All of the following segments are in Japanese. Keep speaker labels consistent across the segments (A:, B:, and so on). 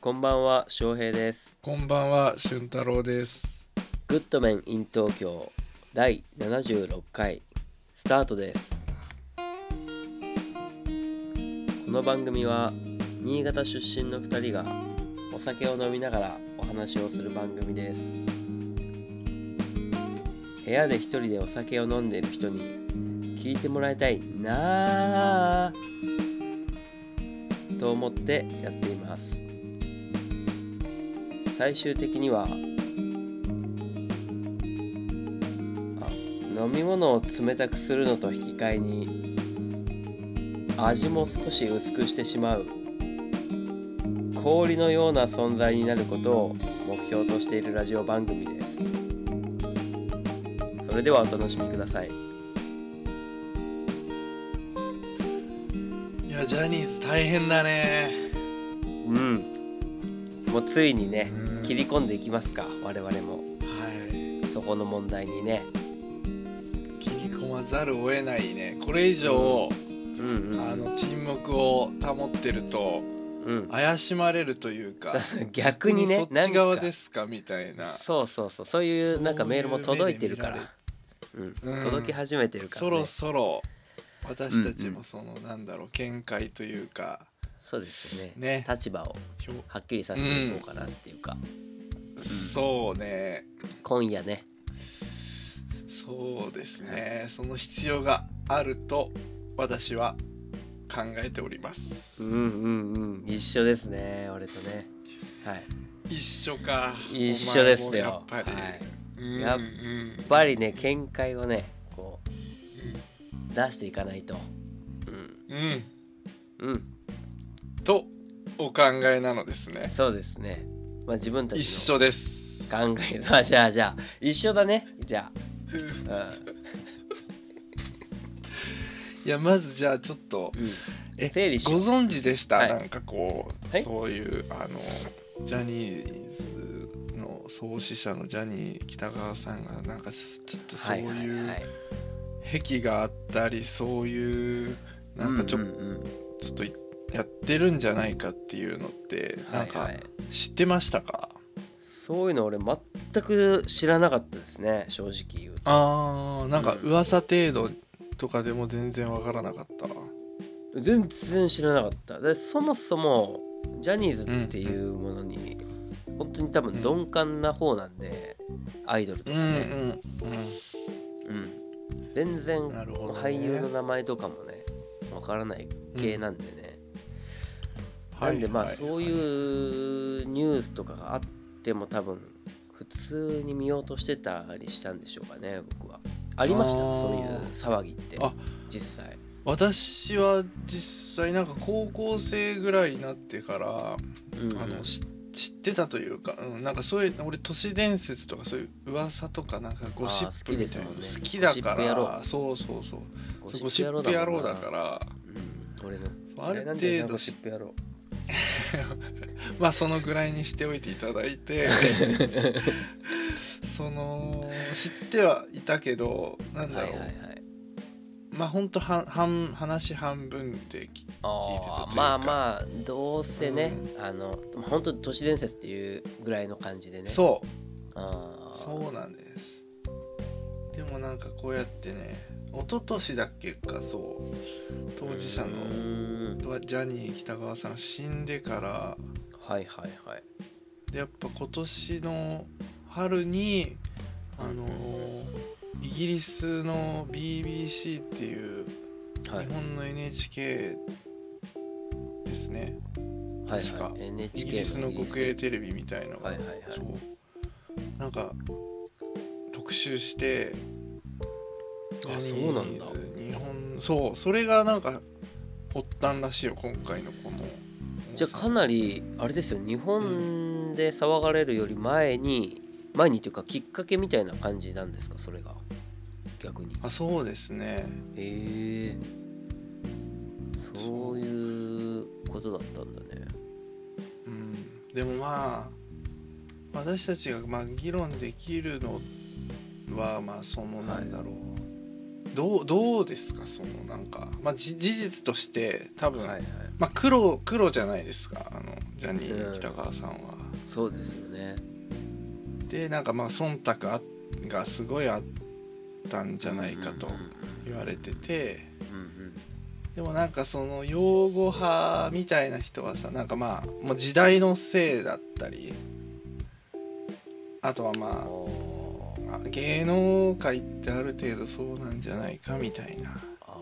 A: こんばんは翔平です
B: こんばんは、俊太郎です。
A: グッドメン in 東京第76回スタートですこの番組は新潟出身の2人がお酒を飲みながらお話をする番組です部屋で一人でお酒を飲んでいる人に聞いてもらいたいなあと思ってやっています最終的にはあ飲み物を冷たくするのと引き換えに味も少し薄くしてしまう氷のような存在になることを目標としているラジオ番組ですそれではお楽しみください
B: いや、ジャニーズ大変だね。
A: うんもうついにね
B: うん
A: 切り込んでいきますか我々も
B: は
A: そこの問題にね
B: い。切り込まざるを得ないね。これ以
A: う
B: 上、
A: んうん
B: あの沈黙を保ってると
A: うん
B: 怪しまれるというか
A: そう、そう 逆にね
B: そっち側
A: なんか
B: ですかみたいな。
A: そうそうそうそういうなんかメールも届いてるからうん、
B: うん
A: 届き始めてるから、
B: そ
A: ね、
B: ろそろ私たちもその、なんだろう見解というか
A: そうですよね
B: ね
A: 立場を
B: ひょ
A: はっきりさせていこうかなっていうか、
B: そうね
A: 今夜ね
B: そうですねその必要があると私は考えております。
A: うんうんうん一緒ですね俺とねはいや
B: 一緒か
A: 一緒ですよ
B: お前もやっぱり、
A: はい
B: うん
A: やっ
B: うん
A: っぱりね見解をねこう出していかないと
B: うん
A: うんうん
B: とお考えなのですね
A: そうですねまあ自分た
B: 一
A: ち
B: 緒です
A: の考えまあじゃあじゃあ一緒だねじゃ あ
B: いやまずじゃあちょっと
A: うん、うん、
B: え
A: 整理し
B: ご
A: よう
B: 存知でした、
A: はい
B: なんかこう、
A: はい
B: そういうあのジャニーズの創始者のジャニー北川さんがなんかすちょっとそういう
A: はい
B: 癖があったりそういうなんかちょ,、
A: うんうんうん
B: ちょっとやってるんじゃないかっていうのってなん
A: は
B: か
A: いはい
B: 知ってましたか、
A: そういうの俺全く知らなかったですね正直言うと
B: あーなんか
A: うん
B: 噂程度とかでも全然わからなかった
A: 全然知らなかったでそもそもジャニーズっていうものに本当に多分鈍感な方なんでアイドルとかね、うん全然
B: なるほどね
A: 俳優の名前とかもねわからない系なんでね、なんでまあそう
B: う
A: いうニュースとかがあっても多分普通に見ようとしてたりしたんでしょうかね僕はありました
B: あー
A: そういう騒ぎって
B: あ
A: 実際
B: 私は実際なんか高校生ぐらいになってから、
A: うんうん
B: あのし知ってたというか、うん、なんかそういう俺都市伝説とかそういう噂とかなんかゴシップみたいなの
A: あー好
B: 好
A: き
B: き
A: で
B: だ
A: すもんね
B: から、
A: ゴ
B: そうそうそう
A: ゴ
B: ゴシップ野郎だからら
A: 俺の
B: ある
A: 嫌
B: 程度
A: いなんだよなゴシップ野郎
B: まあそのぐらいにしておいていただ いてその知ってはいたけどなんだ
A: はい
B: ろう、
A: はいはい
B: まあほんとは半話半分でき聞いてた
A: あ
B: という
A: ー
B: か
A: まあまあどうせね、あの本当都市伝説っていうぐらいの感じでねう
B: そう
A: あー
B: そうなんですでもなんかこうやってね一昨年だっけかそう当事者
A: う
B: の
A: ーん
B: ジャニー喜多川さんが死んでから
A: はいはいはい
B: でやっぱ今年の春にあのイギリスの BBC っていう
A: は
B: 日
A: い
B: 本の NHK ですね、
A: はい
B: 確
A: は
B: か
A: い
B: イ
A: NHK
B: ギリスの国営
A: イギリ
B: テレビみたいの
A: ス
B: が、
A: はいはいはい
B: そうなんか特集して
A: あ
B: ジャ
A: そ
B: ニー
A: うなんだ
B: ズ日本そうそれがなんか発端らしいよ今回のこの
A: じゃあかなりあれですよ日本で騒がれるより前に前にというかきっかけみたいな感じなんですかそれが逆に
B: あそうですね
A: へえそういうことだったんだね
B: うんでもまあ私たちがまあ議論できるのはまあそのなんだろう、どうどうですかそのなんか、まあ、じ事実として多分、
A: はい
B: まあ、黒黒じゃないですかあのジャニー喜多川さんは。
A: そうですよね
B: でなんかまあ忖度あがすごいあったんじゃないかと言われてて。
A: うんうん
B: でもなんかその擁護派みたいな人はさなんかまあもう時代のせいだったりあとはま
A: おー
B: ああ芸能界ってある程度そうなんじゃないかみたいな
A: あ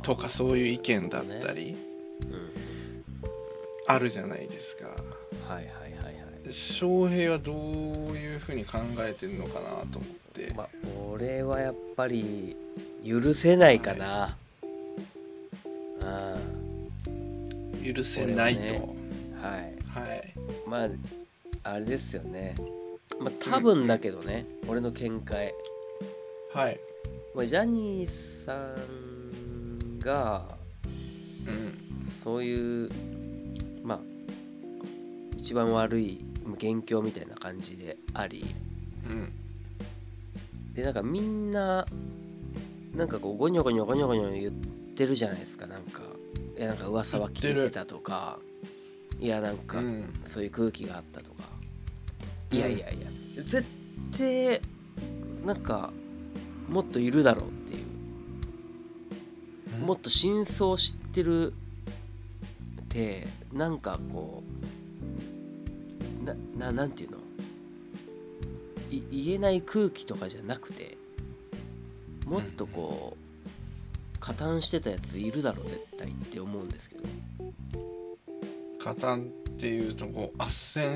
A: ー
B: とかそういう意見だったり
A: うんうん
B: あるじゃないですか
A: はいはいはいはい
B: 翔平はどういうふうに考えてんのかなと思って、
A: まあ俺はやっぱり許せないかな、
B: 許せないと、
A: うんはい
B: はい
A: まああれですよねまあ多分だけどね、俺の見解、
B: はい
A: まあ、ジャニーさんが
B: うん
A: そういうまあ一番悪い元凶みたいな感じであり
B: うん
A: でなんかみんななんかこうゴニョゴニョゴニョゴニョ言ってるじゃないですかなんかいやなんか噂は聞いてたとかいやなんか
B: うん
A: そういう空気があったとか、
B: うん
A: いやいやいや絶対なんかもっといるだろうっていうもっと真相を知ってるってなんかこうなななんていうのい言えない空気とかじゃなくてもっとこう加担してたやついるだろう絶対って思うんですけど
B: 加担っていうとこう斡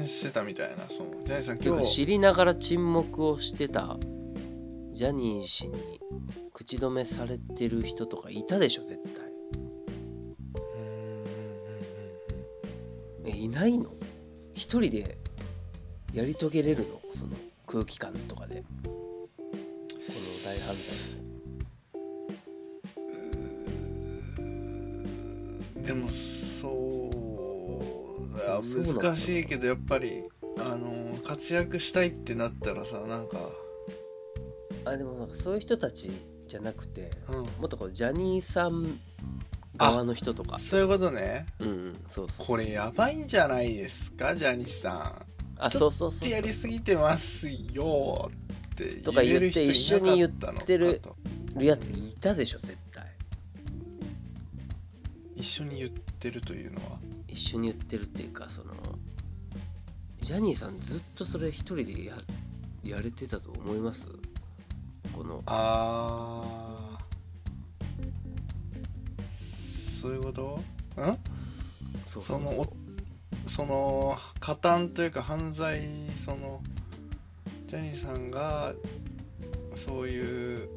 B: 旋してたみたいなそのジャニーさん
A: ていう
B: 今
A: か
B: 日
A: 知りながら沈黙をしてたジャニー氏に口止めされてる人とかいたでしょ絶対
B: うんうんうん
A: えいないの一人でやり遂げれるのその空気感とかでこの大犯罪
B: うんでもそう
A: でもそうなんだ
B: 難しいけどやっぱりあの活躍したいってなったらさなんか
A: あでもなんかそういう人たちじゃなくて
B: うん
A: もっとこうジャニーさん側の人とか
B: そういうことね
A: うんうんそうそう
B: これやばいんじゃないですかジャニーさ
A: あそうそうそ
B: ん
A: うそ
B: や
A: う
B: りすぎてますよって
A: とか言って
B: える人
A: 一緒に
B: いなかたのか
A: 言ってる
B: と
A: いるやついたでしょ絶対
B: 一緒に言ってるというのは
A: 一緒に言ってるっていうかそのジャニーさんずっとそれ一人でややれてたと思いますこの
B: あーそういうことん
A: そう
B: そのおその加担というか犯罪そのジャニーさんがそういう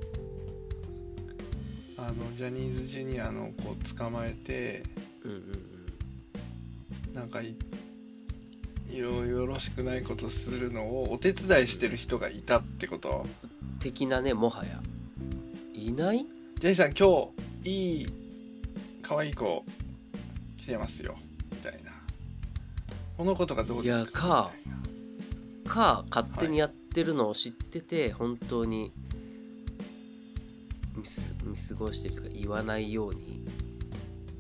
B: あのジャニーズジュニアの子を捕まえて
A: うんうんうん
B: なんかいいろいろよろしくないことするのをお手伝いしてる人がいたってこと
A: 的なねもはやいない
B: ジャニーさん今日いい可愛い子来てますよみたいなこの子とかどうですか
A: いやか
B: みたいな
A: か勝手にやってるのを知ってて、本当に見す見過ごしてるとか言わないように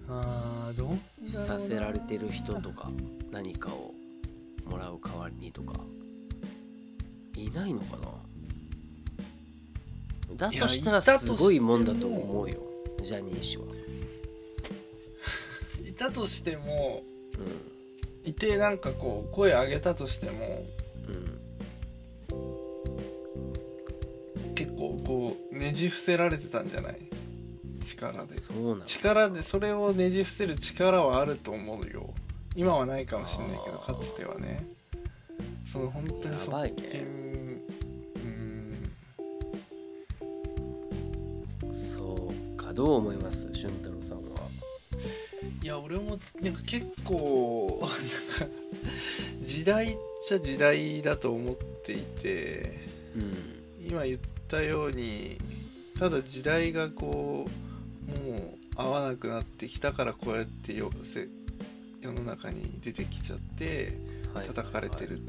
B: あーどう
A: させられてる人とか何かをもらう代わりにとかいないのかなだとしたら
B: いやいた
A: す
B: としても
A: ごいもんだと思うよジャニー氏は。
B: いたとしても
A: う
B: いてなんかこう声上げたとしても
A: んうん
B: 結構こうねじ伏せられてたんじゃない力で
A: そうなの
B: 力でそれをねじ伏せる力はあると思うよ今はないかもしれないけど
A: あ
B: か
A: ー
B: つてはねその本当に
A: やばいね
B: 側近うん
A: そうかどう思います俊太郎さんは。
B: いや俺もなんか結構なんか時代っちゃ時代だと思っていて
A: うん
B: 今言ったようにただ時代がこうもう合わなくなってきたからこうやってよせ世の中に出てきちゃって
A: はい
B: 叩かれてるっ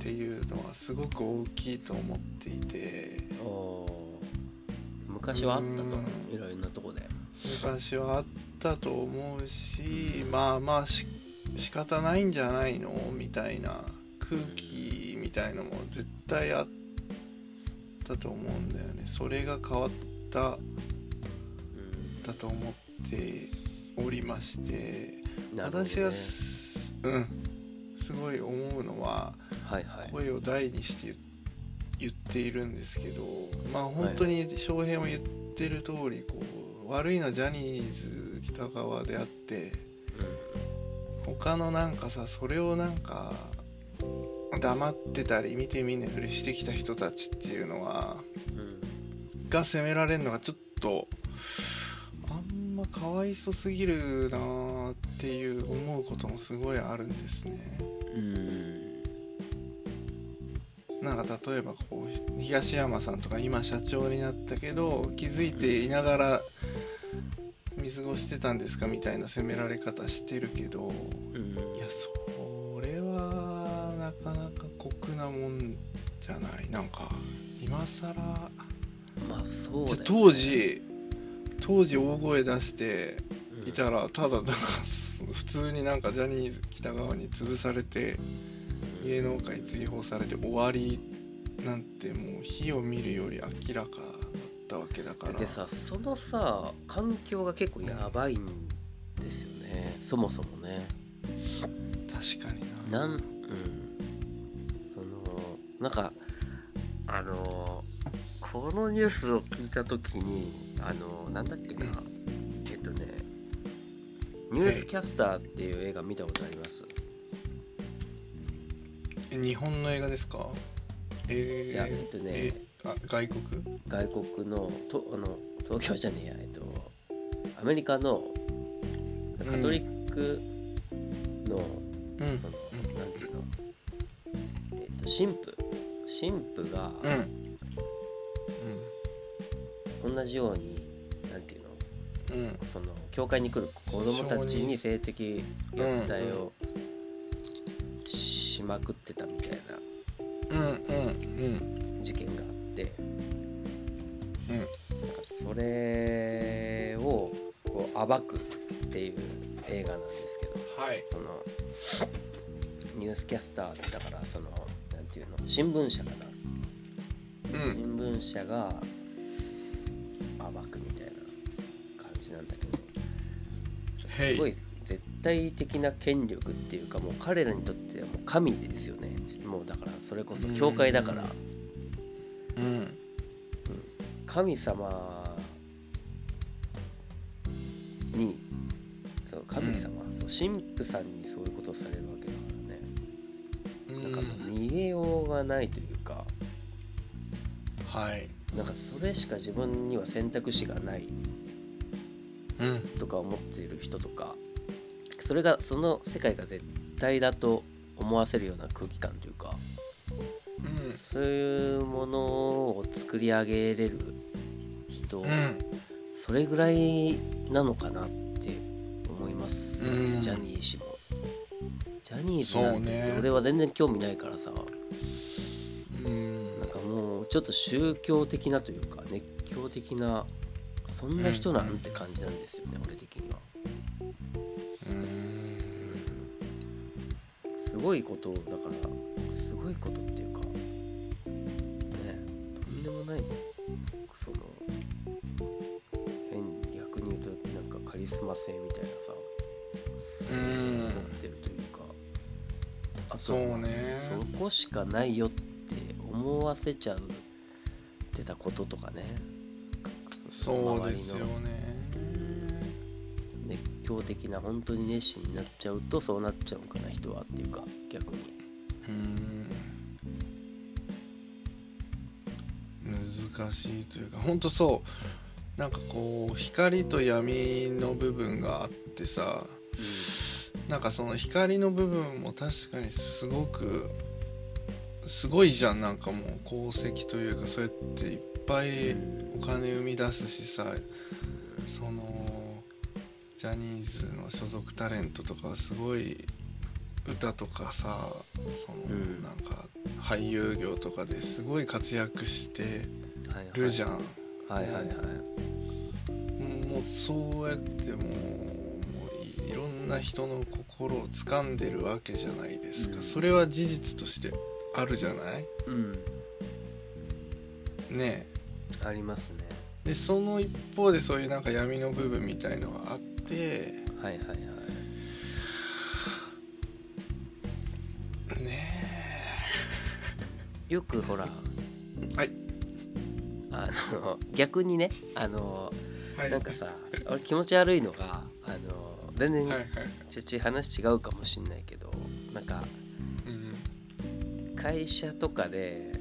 B: ていうのはすごく大きいと思っていて
A: おー昔はあったと
B: うん
A: いろんなとこで
B: 昔はあったと思うしまあまあし仕方ないんじゃないのみたいな空気みたいのも絶対あったと思うんだよねそれが変わっただと思っておりまして、
A: なるほどね
B: 私がすうんすごい思うのは
A: はいはい
B: 声を大にして言言っているんですけどまあ本当に翔平も言ってる通りこう悪いのはジャニーズ北川であって他のなんかさそれをなんか黙ってたり見て見ぬふりしてきた人たちっていうのは
A: うんうん
B: が責められるのがちょっとあんまかわいそすぎるなーっていう思うこともすごいあるんですね。
A: うん
B: なんか例えばこう東山さんとか今社長になったけど気づいていながら見過ごしてたんですかみたいな責められ方してるけど
A: うん
B: いやそれはなかなか酷なもんじゃないなんか今更
A: まあそうだよね
B: 当時当時大声出して
A: うん
B: いたらただなんか普通になんかジャニーズ北側に潰されて芸能界追放されて終わりなんてもう火を見るより明らかだったわけだから
A: でさそのさ環境が結構やばいんですよねそもそもね
B: 確かに
A: な
B: な
A: んうんそのなんかあのこのニュースを聞いた時にあのなんだっけなえっとね「ニュースキャスター」っていう映画見たことあります
B: え日本の映画ですか
A: いやえ
B: え
A: っと
B: ー、
A: ね
B: えあ外国
A: 外国のとあの東京じゃねえや、えっと、アメリカの
B: うん
A: カトリックの、
B: うん
A: そのなんていうの、えっと、神父神父が
B: うんうん
A: 同じように、なんていうの
B: うん
A: その教会に来る子供たちに性的虐待をしまくってたみたい
B: うんうん
A: な事件があって、
B: うん
A: なんかそれをこう暴くっていう映画なんですけど
B: はい
A: そのニュースキャスターだからそのなんていうの新聞社かな
B: うん
A: 新聞社が暴くみたいな感じなんだけど
B: へ
A: すご
B: い
A: い絶対的な権力っていうかもう彼らにとってはもう神ですよねもうだからそれこそ教会だから
B: うんうん
A: 神様にそう神様、そう神父さんにそういうことをされるわけだからねなんかもう逃げようがないというか
B: はい
A: なんかそれしか自分には選択肢がない
B: うん
A: とか思っている人とかそれがその世界が絶対だと思わせるような空気感というか
B: うん
A: そういうものを作り上げれる人、
B: うん
A: それぐらいなのかなって思いますよね、
B: うん
A: ジャニー氏もジャニーズなん
B: そう
A: て
B: ね
A: 俺は全然興味ないからさ、
B: うん
A: なんかもうちょっと宗教的なというか熱狂的なそんな人なんて感じなんですよね、俺的には
B: うん
A: すごいことをだからすごいことっていうかねとんでもないその変逆に言うとなんかカリスマ性みたいなさそういうのを持ってるというかあと
B: そうね
A: そこしかないよって思わせちゃうってたこととかね
B: そうです
A: 周
B: よ
A: りの
B: ね
A: 熱狂的な本当に熱心になっちゃうとそうなっちゃうのかな人はっていうか逆に。
B: うん難しいというか本当そうなんかこう光と闇の部分があってさなんかその光の部分も確かにすごくすごいじゃんなんかもう功績というかそうやっていっぱいお金生み出すしさそのジャニーズの所属タレントとかはすごい歌とかさその、
A: うん
B: なんか俳優業とかですごい活躍して
A: はいはい
B: るじゃん、
A: はいはいはい。
B: もうそうやってもうもういいろんんな人の心を掴んでるわけじゃないですか、
A: うん
B: それは事実としてあるじゃない
A: うん
B: ね
A: ありますね
B: えでその一方でそういうなんか闇の部分みたいのがあって
A: はいはいはい
B: ね
A: よくほら
B: えはい
A: あの 逆にねあの
B: はい
A: なんかさ俺気持ち悪いのがあの全然、
B: はいはい
A: ちょちょ話違うかもしんないけどなんか
B: うん
A: 会社とかで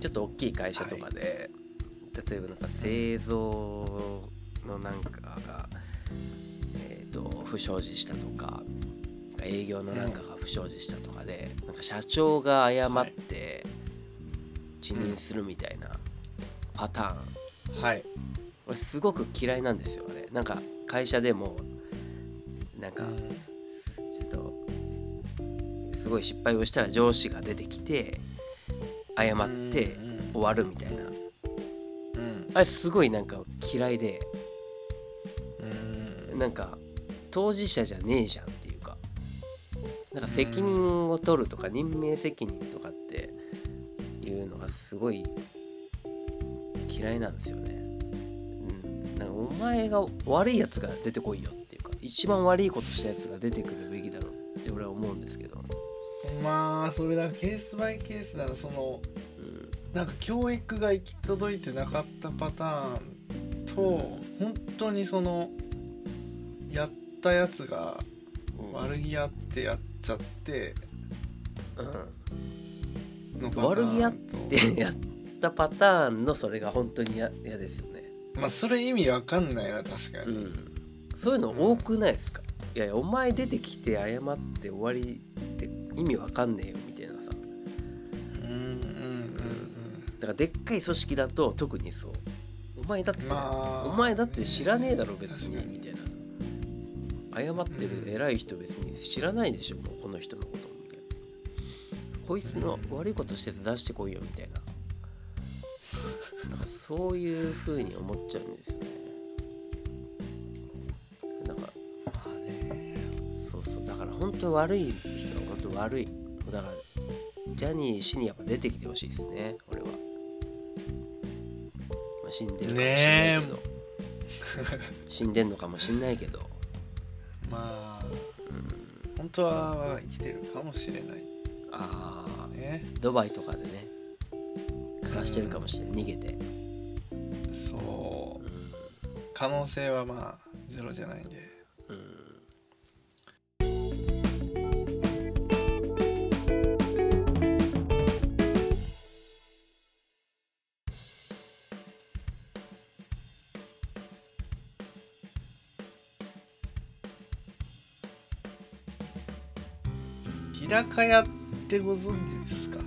A: ちょっと大きい会社とかで、例えばなんか製造のなんかが、えー、と不祥事したとか営業のなんかが不祥事したとかで、なんか社長が誤って辞任するみたいなパターン、
B: はい
A: 俺すごく嫌いなんですよあれなんか会社でもなんか、ちょっとすごい失敗をしたら上司が出てきて謝って終わるみたいな
B: うんうん
A: あれすごいなんか嫌いで
B: うん
A: なんか当事者じゃねえじゃんっていうかなんか責任を取るとか任命責任とかっていうのがすごい嫌いなんですよね。うん、なんかお前が悪いやつが出てこいよっていうか一番悪いことしたやつが出てくるべきだろうって俺は思うんですけど。
B: まあそれだケースバイケースだなその
A: うん
B: なんか教育が行き届いてなかったパターンと、本当にそのやったやつが悪気あってやっちゃって
A: う
B: のパターンと
A: 悪気あってやったパターンのそれが本当にや嫌ですよね、
B: まあそれ意味わかんないな確か
A: う
B: に、
A: ん、そういうの多くないですか、いやいやお前出てきて謝って終わりって意味わかんねえよみたいなさだ
B: うん、うん
A: からでっかい組織だと特にそうお前だって、
B: うんまあ
A: お前だって知らねえだろ別に
B: 確か
A: みたいなさ謝ってる偉い人別に知らないでしょもうこの人のことみたいなこいつの悪いことしてて出してこいよみたいななんかそういうふうに思っちゃうんですよねなんか
B: まあね
A: そうそうだから本当悪い人は本当悪いだからジャニー氏にやっぱ出てきてほしいですね俺は、まあ、死んでるかもしんないけど、
B: ね
A: 死んでんのかもしんないけど
B: まあ本当は生きてるかもしれない
A: ああ
B: ね
A: ドバイとかでね暮らしてるかもしれない逃げて、
B: そう
A: うん
B: 可能性はまあゼロじゃないんで
A: うん
B: 日高屋ってご存知ですか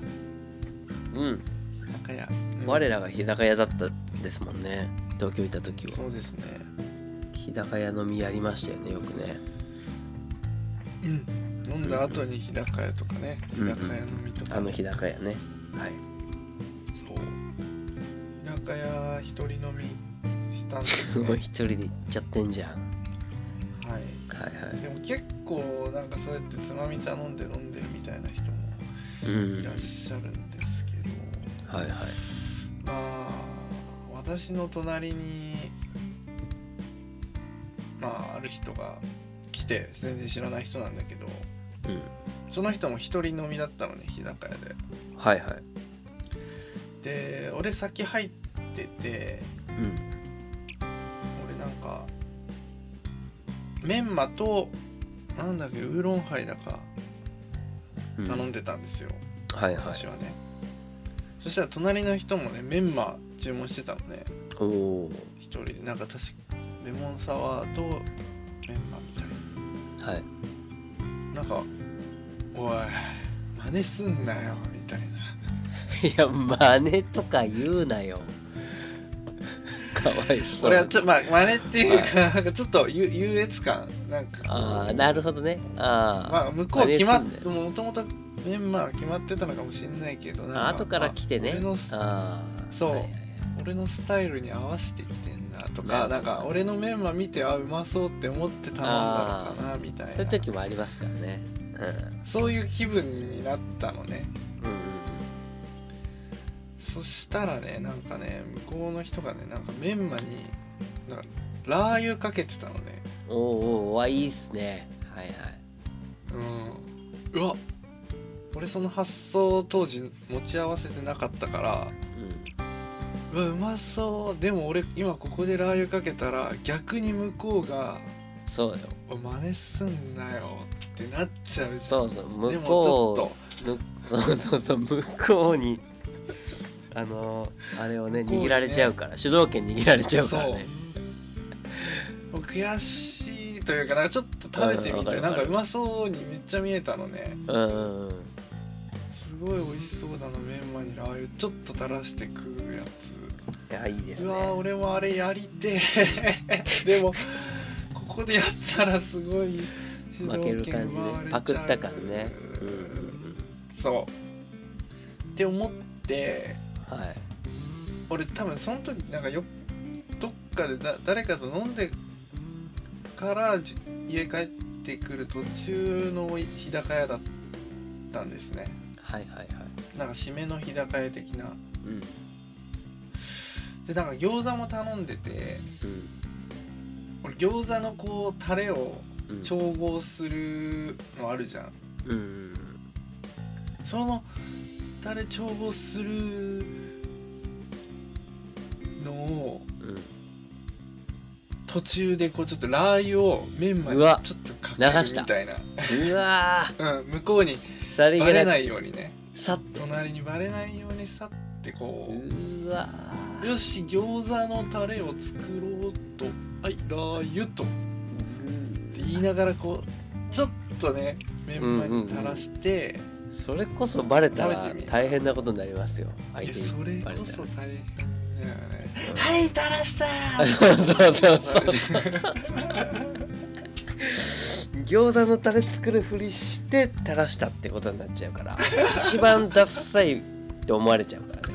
A: うん、
B: 日高屋、
A: 我らが日高屋だったですもんね東京行った時
B: そ
A: は
B: うですね
A: 日高屋飲みやりましたよねよくね
B: うん飲んだ後に日高屋とかね日
A: うん
B: 高屋飲みとか、
A: あの日高屋ねはい
B: そう日高屋一人飲みしたんです、
A: す
B: ね、
A: ごい一人で行っちゃってんじゃん
B: はい
A: はいはい
B: でも結構なんかそうやってつまみ頼んで飲んでるみたいな人も
A: うん
B: いらっしゃるんですけど、
A: はいはい
B: まあ私の隣にまあある人が来て全然知らない人なんだけど
A: うん
B: その人も一人飲みだったのね日高屋
A: はいはい
B: でで俺先入ってて
A: うん
B: 俺なんかメンマとなんだっけウーロンハイだか
A: うん
B: 頼んでたんですよ、
A: はいはい
B: 私はね、そしたら隣の人もねメンマ注文してたのね
A: おお
B: 一人でなんか確かレモンサワーとメンマみたい
A: ーはい
B: ななんか「おい真似すんなよ」みたいない
A: や真似とか言うなよかわいそう
B: 俺はちょまあ真似っていうかなんかちょっと優優越感なんか
A: ああなるほどね
B: ま
A: あ
B: あ向こう決まっ
A: 真似すん
B: もともとメンマは決まってたのかもしれないけど
A: ー
B: なん
A: あ後から来て
B: あ
A: ね
B: 俺の
A: あー
B: そう
A: はいはい
B: 俺のスタイルに合わせてきてんななとか、なんか俺のメンマ見てあうまそうって思って頼んだのかなみたいな
A: そういう時もありますからね
B: そういう気分になったのね
A: うん、
B: そしたらねなんかね向こうの人がねなんかメンマになんかラー油かけてたのね
A: うん、おうおうわいいっすねはいはい
B: うんうわ俺その発想当時持ち合わせてなかったからうわうまそうでも俺今ここでラー油かけたら逆に向こうが
A: うんそうよ
B: 「お真似すんなよ」ってなっちゃうじゃん
A: そうそう
B: で
A: 向
B: もちょっ
A: ことうむ そうそうそう向こうにあのーあれをね
B: 向こうにね
A: 握られちゃうから主導権握られちゃうからね
B: もう悔しいというかなんかちょっと食べてみ
A: うんわか
B: て
A: る
B: なん
A: わか
B: か
A: る
B: うまそうにめっちゃ見えたのね
A: うんうんうん
B: すごい美味しそうだなメンマにラー油ちょっと垂らして食うやつ
A: いやいいです
B: う
A: ね
B: わー俺もあれやりてえ でもここでやったらすごい主導
A: 負ける
B: 権
A: 感じで
B: 奪われちゃう
A: パクった感ねうんうん
B: そうって思って
A: うんはい
B: 俺多分その時なんかよどっかでだ誰かと飲んでからじ家帰ってくる途中の日高屋だったんですね
A: はいはいはい
B: なんか締めの日高屋的な
A: うん
B: でなんか餃子も頼んでて俺餃子のこうタレを
A: うんうん
B: 調合するのあるじゃん
A: うんうん
B: そのタレ調合するのを
A: うんうん
B: 途中でこうちょっとラー油をメンマに
A: う
B: ちょ
A: わ
B: っとかけ
A: 流
B: る
A: した
B: みたいな
A: うわー
B: うん、向こうに
A: さり
B: バ
A: げ
B: レ
A: なく
B: ないようにね
A: さっと
B: 隣にバレないようにさってこ
A: うわ
B: うよし餃子のタレを作ろうとはいラー油とって言いながらこうちょっとねメンマに垂らして、
A: ーそれこそバレたら
B: 食べてみ
A: 大変なことになりますよ相
B: いや
A: 手
B: それ
A: にバレ
B: こ
A: た
B: そ
A: ら
B: 大変だよね
A: うん
B: 「はい垂らしたー!」
A: そうそうそう餃子のタレ作るふりして垂らしたってことになっちゃうから一番ダッサいって思われちゃうからね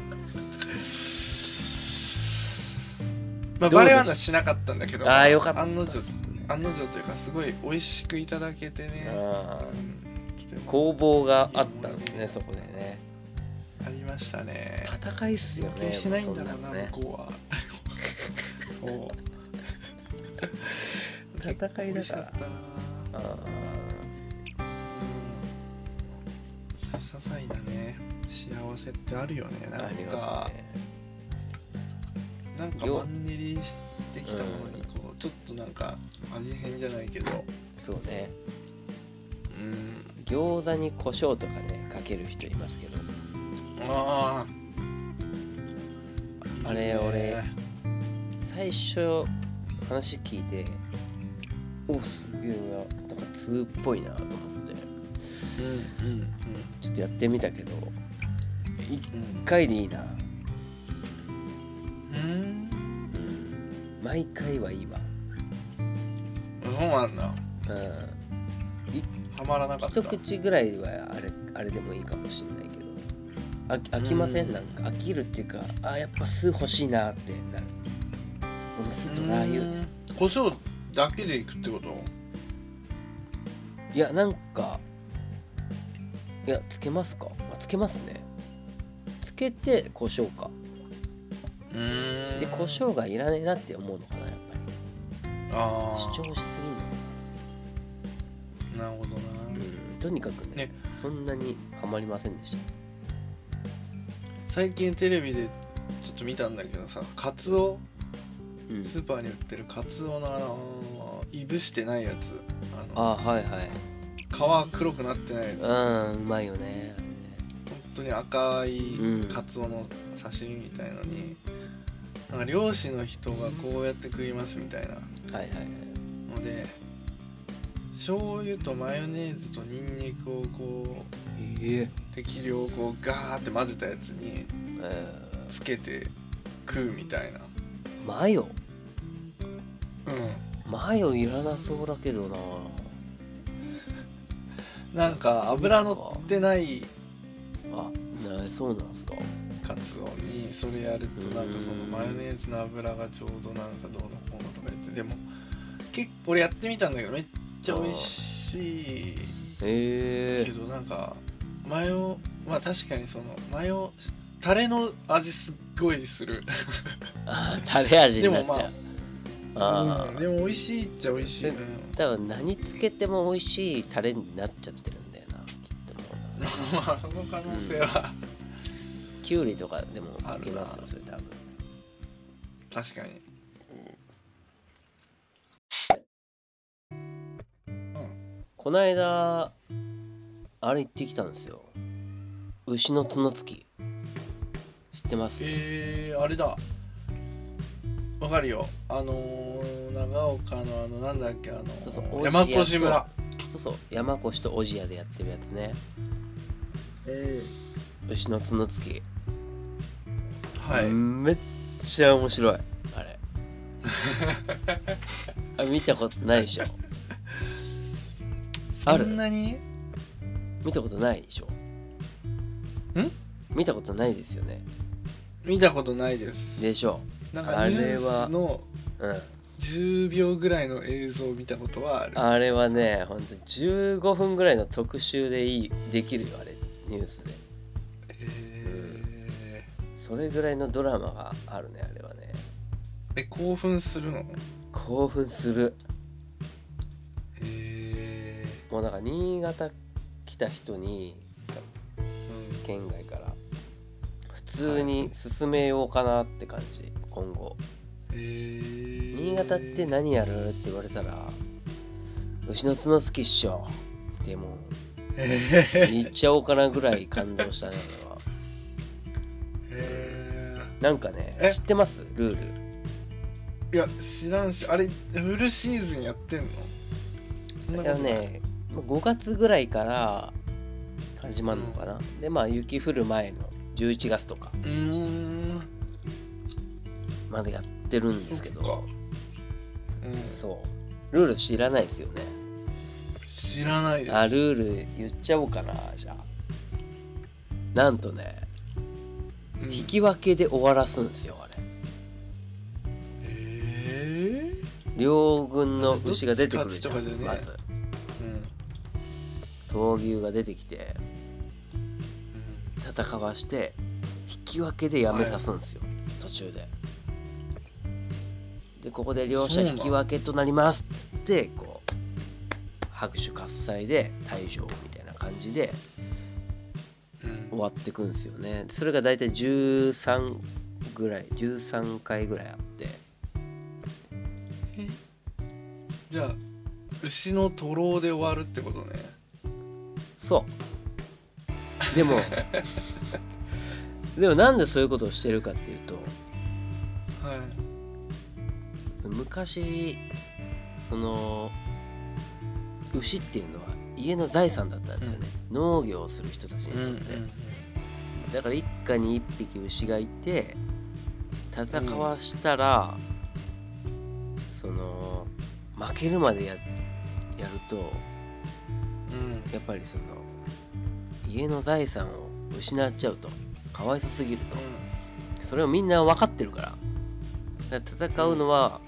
B: まあバレはしなかったんだけど
A: ああよかった
B: 案の
A: っ
B: 定
A: すね
B: 案の定というかすごい美味しくいただけてね
A: あー
B: うん来ても
A: 攻防があったんですねそこでね
B: ありましたね
A: 戦いっすよ
B: 気に
A: ね
B: しないんだろ
A: も
B: う
A: うそ
B: な、
A: のね
B: 向こうはそ
A: 戦
B: う
A: いだから
B: 美味しったな
A: あ
B: うん些細なね幸せってあるよねな
A: ー
B: んか
A: ありますね
B: なんかマンネリしてきたものにこうちょっとなんか味変じゃないけど
A: そうね
B: うん
A: 餃子に胡椒とかねかける人いますけど
B: ああ
A: あれ俺最初話聞いておすげえななんか通っぽいなと思って
B: うんうん
A: ちょっとやってみたけど1
B: うん
A: 回でいいな、
B: うん
A: うん、毎回はいいわ
B: うんそうなんだ
A: うん
B: ハマらなかった
A: 一口ぐらいはあれあれでもいいかもしんないけど飽き飽きません
B: うん
A: なんか飽きるっていうかあやっぱ酢欲しいなってなるこの酢とラー油
B: うん胡椒だけでいくってこと
A: いやなんかいやつけますかあつけますねつけて胡椒か
B: うん
A: で胡椒がいらねえなって思うのかなやっぱり
B: あ
A: 主張しすぎんのか
B: あなるほどな
A: な、とにかくね
B: ね
A: そんなにはまりませんでした
B: 最近テレビでちょっと見たんだけどさカツオ
A: うん
B: スーパーに売ってるカツオのあのいぶしてないやつあの
A: あはいはい
B: 皮黒くなってないやつ本
A: うんうまいよねあれね
B: 当に赤い
A: うん
B: カツオの刺身みたいのに、なんか漁師の人がこうやって食いますみたいな
A: はいはいはい
B: ので醤油とマヨネーズとニンニクをこ
A: ええ
B: う適量こうガーって混ぜたやつにつけて食うみたいな
A: マヨ
B: う
A: マヨいらなそうだけどなん
B: なんか油乗ってない
A: あなそうなんすか
B: カツオにそれやるとなんかそのマヨネーズの油がちょうどなんかどうのこうのとか言ってでも結構俺やってみたんだけどめっちゃ美味しい
A: へ
B: けどなんかマヨまあ確かにそのマヨタレの味すっごいする
A: あータレ味
B: で
A: にな
B: も
A: っち
B: ま
A: ゃ
B: あ
A: う、あ
B: うん
A: あ
B: でも美味しいっちゃ美味しい、うん
A: 多分何つけても美味しいタレになっちゃってるんだよなきっともうな
B: まあその可能性は、
A: きゅうりとかでも
B: あるな
A: あけますよそれ多分
B: 確かに、
A: こないだあれ行ってきたんですよ牛の角突き知ってます
B: えー、あれだわかるよあのー、長岡のあのなんだっけあのー
A: そうそう
B: 山越村
A: そうそう山越と小千谷でやってるやつね牛の角突き、
B: はい、
A: めっちゃ面白いあれ あ見たことないでしょあ
B: そ
A: る
B: んなに
A: 見たことないでしょ
B: ん
A: 見たことないですよね
B: 見たことないです
A: でしょ
B: なんかニュースの
A: う、うん、
B: 10秒ぐらいの映像を見たことはある
A: あれはねほんと15分ぐらいの特集でいいできるよあれニュースで
B: え
A: それぐらいのドラマがあるねあれはね
B: ー、え興奮するの
A: 興奮する
B: え
A: もうなんか新潟来た人に
B: ー
A: 県外から普通に進めようかなって感じ今後
B: えー、
A: 新潟って何やるって言われたら牛の角好きっしょでも
B: えー
A: 言っちゃおうかなぐらい感動したね俺 は
B: え
A: なんかね
B: え
A: 知ってますルール
B: ー、いや知らんしあれフルシーズンやってんのそん
A: あれ
B: なこ
A: は
B: とない
A: ね5月ぐらいから始まるのかな、でまあ雪降る前の11月とか
B: うーん
A: までやってるんですけど
B: そっ
A: そ
B: かうん
A: うルール知らないですよね
B: 知らないです
A: あルール言っちゃおうかなじゃあなんとね
B: うん
A: 引き分けで終わらすんですよあれ
B: えー
A: 両軍の牛が出てくるじゃ
B: どっち勝ち
A: ん
B: と
A: ま
B: かじゃねえ
A: ず
B: うん
A: 闘牛が出てきて戦わして引き分けでやめさすんですよ、途中ででここで両者
B: そうな
A: 引
B: の
A: き分けとなりますっつってこう拍手喝采で退場みたいな感じで
B: うんう
A: 終わってくんですよねそれが大体13ぐらい13回ぐらいあって
B: んじゃあ牛の徒労で終わるってことね
A: そうでもでもなんでそういうことをしてるかっていうと
B: はい
A: その昔その牛っていうのは家の財産だったんですよね、農業をする人たちにとって、だから一家に一匹牛がいて戦わしたら、その負けるまでややると
B: うん
A: やっぱりその家の財産を失っちゃうとかわいそすぎると、それをみんな分かってるからだから戦うのは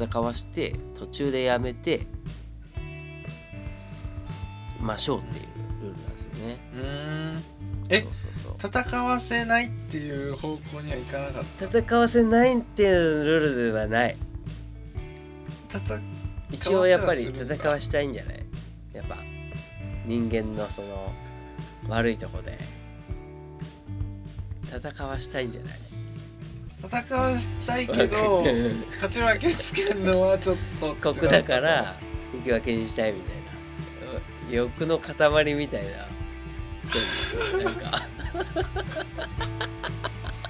A: 戦わして途中でやめてましょうっていうルールなんですよね
B: うんうんえ
A: そうそうそう
B: 戦わせないっていう方向にはいかなかっ
A: 戦わせないっていうルールではない
B: たた
A: 一応やっぱり
B: 戦わせはするんだ
A: 戦わしたいんじゃないやっぱ人間のその悪いとこで戦わしたいんじゃない
B: 戦わしたいけど 勝ち負けつけるのはちょっとってな
A: 国だから引き分けにしたいみたいな欲の塊みたいななんか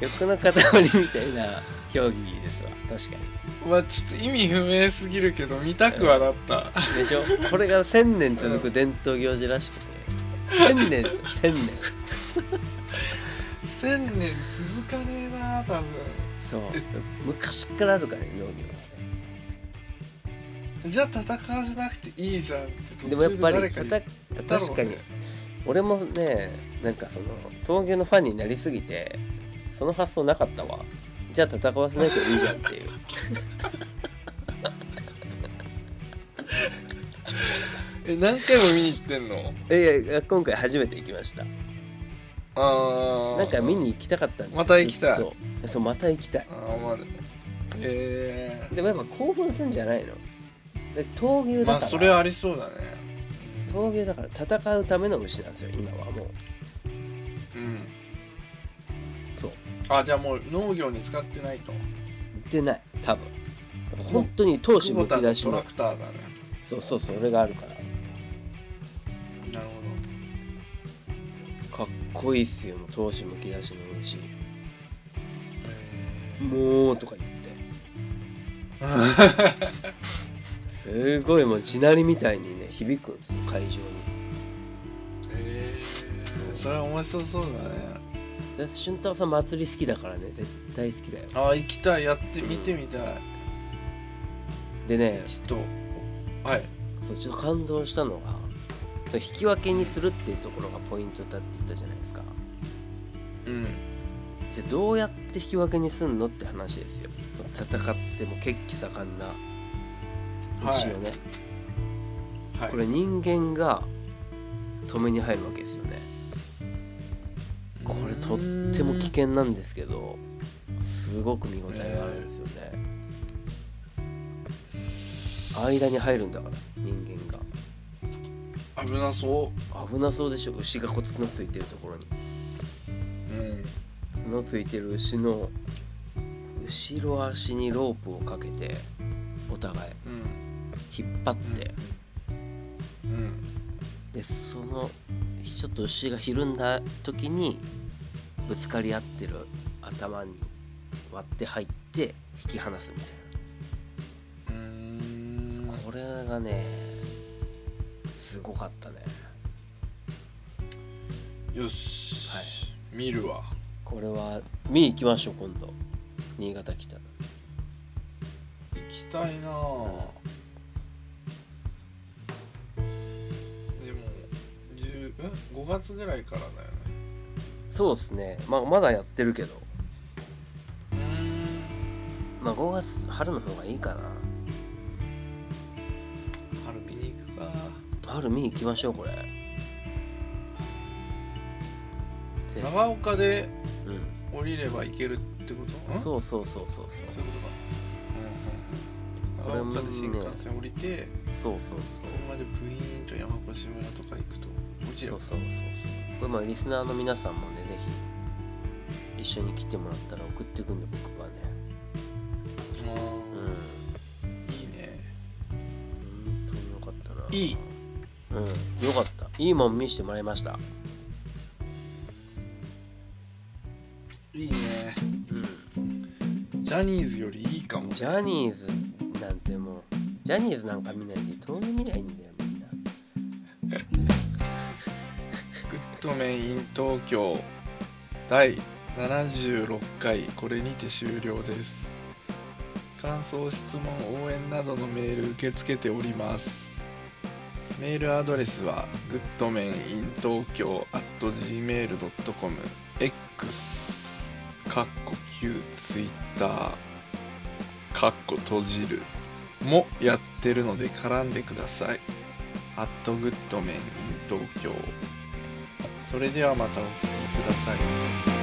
A: 欲の塊みたいな競技ですわ確か
B: まあちょっと意味不明すぎるけど見たくはなった
A: にでしょこれが1000年続く伝統行事らしくて1000年ですよ1000年
B: 1000年続かねえな多分
A: そう昔からあるからね農業はね
B: じゃあ戦わせなくていいじゃんって
A: でもやっぱり
B: 誰かに
A: たた確かに俺もねなんかその闘牛のファンになりすぎてその発想なかったわじゃあ戦わせなきゃいいじゃんっていう
B: え何回も見に行ってんの
A: えいや今回初めて行きました
B: ああ
A: なんか見に行きたかったんですよ
B: また行きたい
A: ずっとそうまた行きたい
B: あーまあえ
A: でもやっぱ興奮するんじゃないので闘
B: え
A: 牛
B: ま
A: だ
B: あ
A: から、
B: それはありそうだね
A: 闘牛だから戦うための牛なんですよ今はもう
B: うん
A: そう
B: あじゃあもう農業に使ってないと
A: 出ない多分本当に闘志
B: 久保
A: む
B: 田
A: き
B: の
A: 出し
B: トラ
A: の
B: クターがね
A: そうそうそれがあるから
B: なる
A: かっこいいっすよもう闘志むき出しの牛
B: ほどえ
A: もうとか言って
B: え
A: すごいもう地鳴りみたいにね響くんですよ会場に
B: え
A: そう
B: えそれは面白そうだね
A: で俊太郎さん祭り好きだからね絶対好きだよ
B: あー行きたいやって見てみたい、
A: でね
B: ちょっとはい
A: そうちょっと感動したのがそう引き分けにするっていうところがポイントだって言ったじゃないですか
B: うん
A: じゃあどうやって引き分けにすんのって話ですよ戦っても血気盛んな牛をね、
B: はい
A: これ人間が止めに入るわけですよねこれとっても危険なんですけどすごく見応えがあるんですよね、間に入るんだから人間
B: うーん危なそ
A: が危なそうでしょ牛がこう角ついてるところに
B: ううん
A: 角ついてる牛の後ろ足にロープをかけてお互い
B: うん
A: 引っ張って
B: うん
A: でそのちょっと牛がひるんだ時にぶつかり合ってる頭に割って入って引き離すみたいな
B: うーん
A: これがねすごかったね
B: よし、
A: はい
B: 見るわ
A: これは見に行きましょう今度新潟来たら
B: 行きたいなあ、でも10ん5月ぐらいからだよね
A: そうですね、まあ、まだやってるけど、
B: うー
A: まあ、5月春の方がいいか
B: ん春見に行くか
A: な春見に行きましょうこれぜ
B: 長岡で
A: う
B: 降りれば行けるってこと
A: ん
B: ん
A: そうそうそうそうそう
B: そいうことか。
A: これ
B: うんう
A: も
B: んう
A: ね
B: ん。長岡で新幹線降りて、
A: そうそうそ
B: こ
A: う
B: こまでブイーンと山古志村とか行くと落ちる
A: そう。そうそうそうこれまあリスナーの皆さんもねぜひ一緒に来てもらったら送ってくんで僕がねうん
B: あ
A: 本
B: あ、いいね。
A: 当によかったない
B: い
A: うんよかったいいもん見してもらいました
B: いいね。
A: う
B: ジャニーズよりいいか
A: ん
B: も。
A: ジャニーズなんてもうジャニーズなんか見ないで当然見ないんだよみんな
B: グッドメイン in 東京第76回これにて終了です。感想、質問、応援などのメール受け付けております。メールアドレスは goodmaninTokyo.gmail.com x かっこ q Twitter かっこ閉じるもやってるので絡んでください。アットグッドメン in 東京それではまたお聴きください。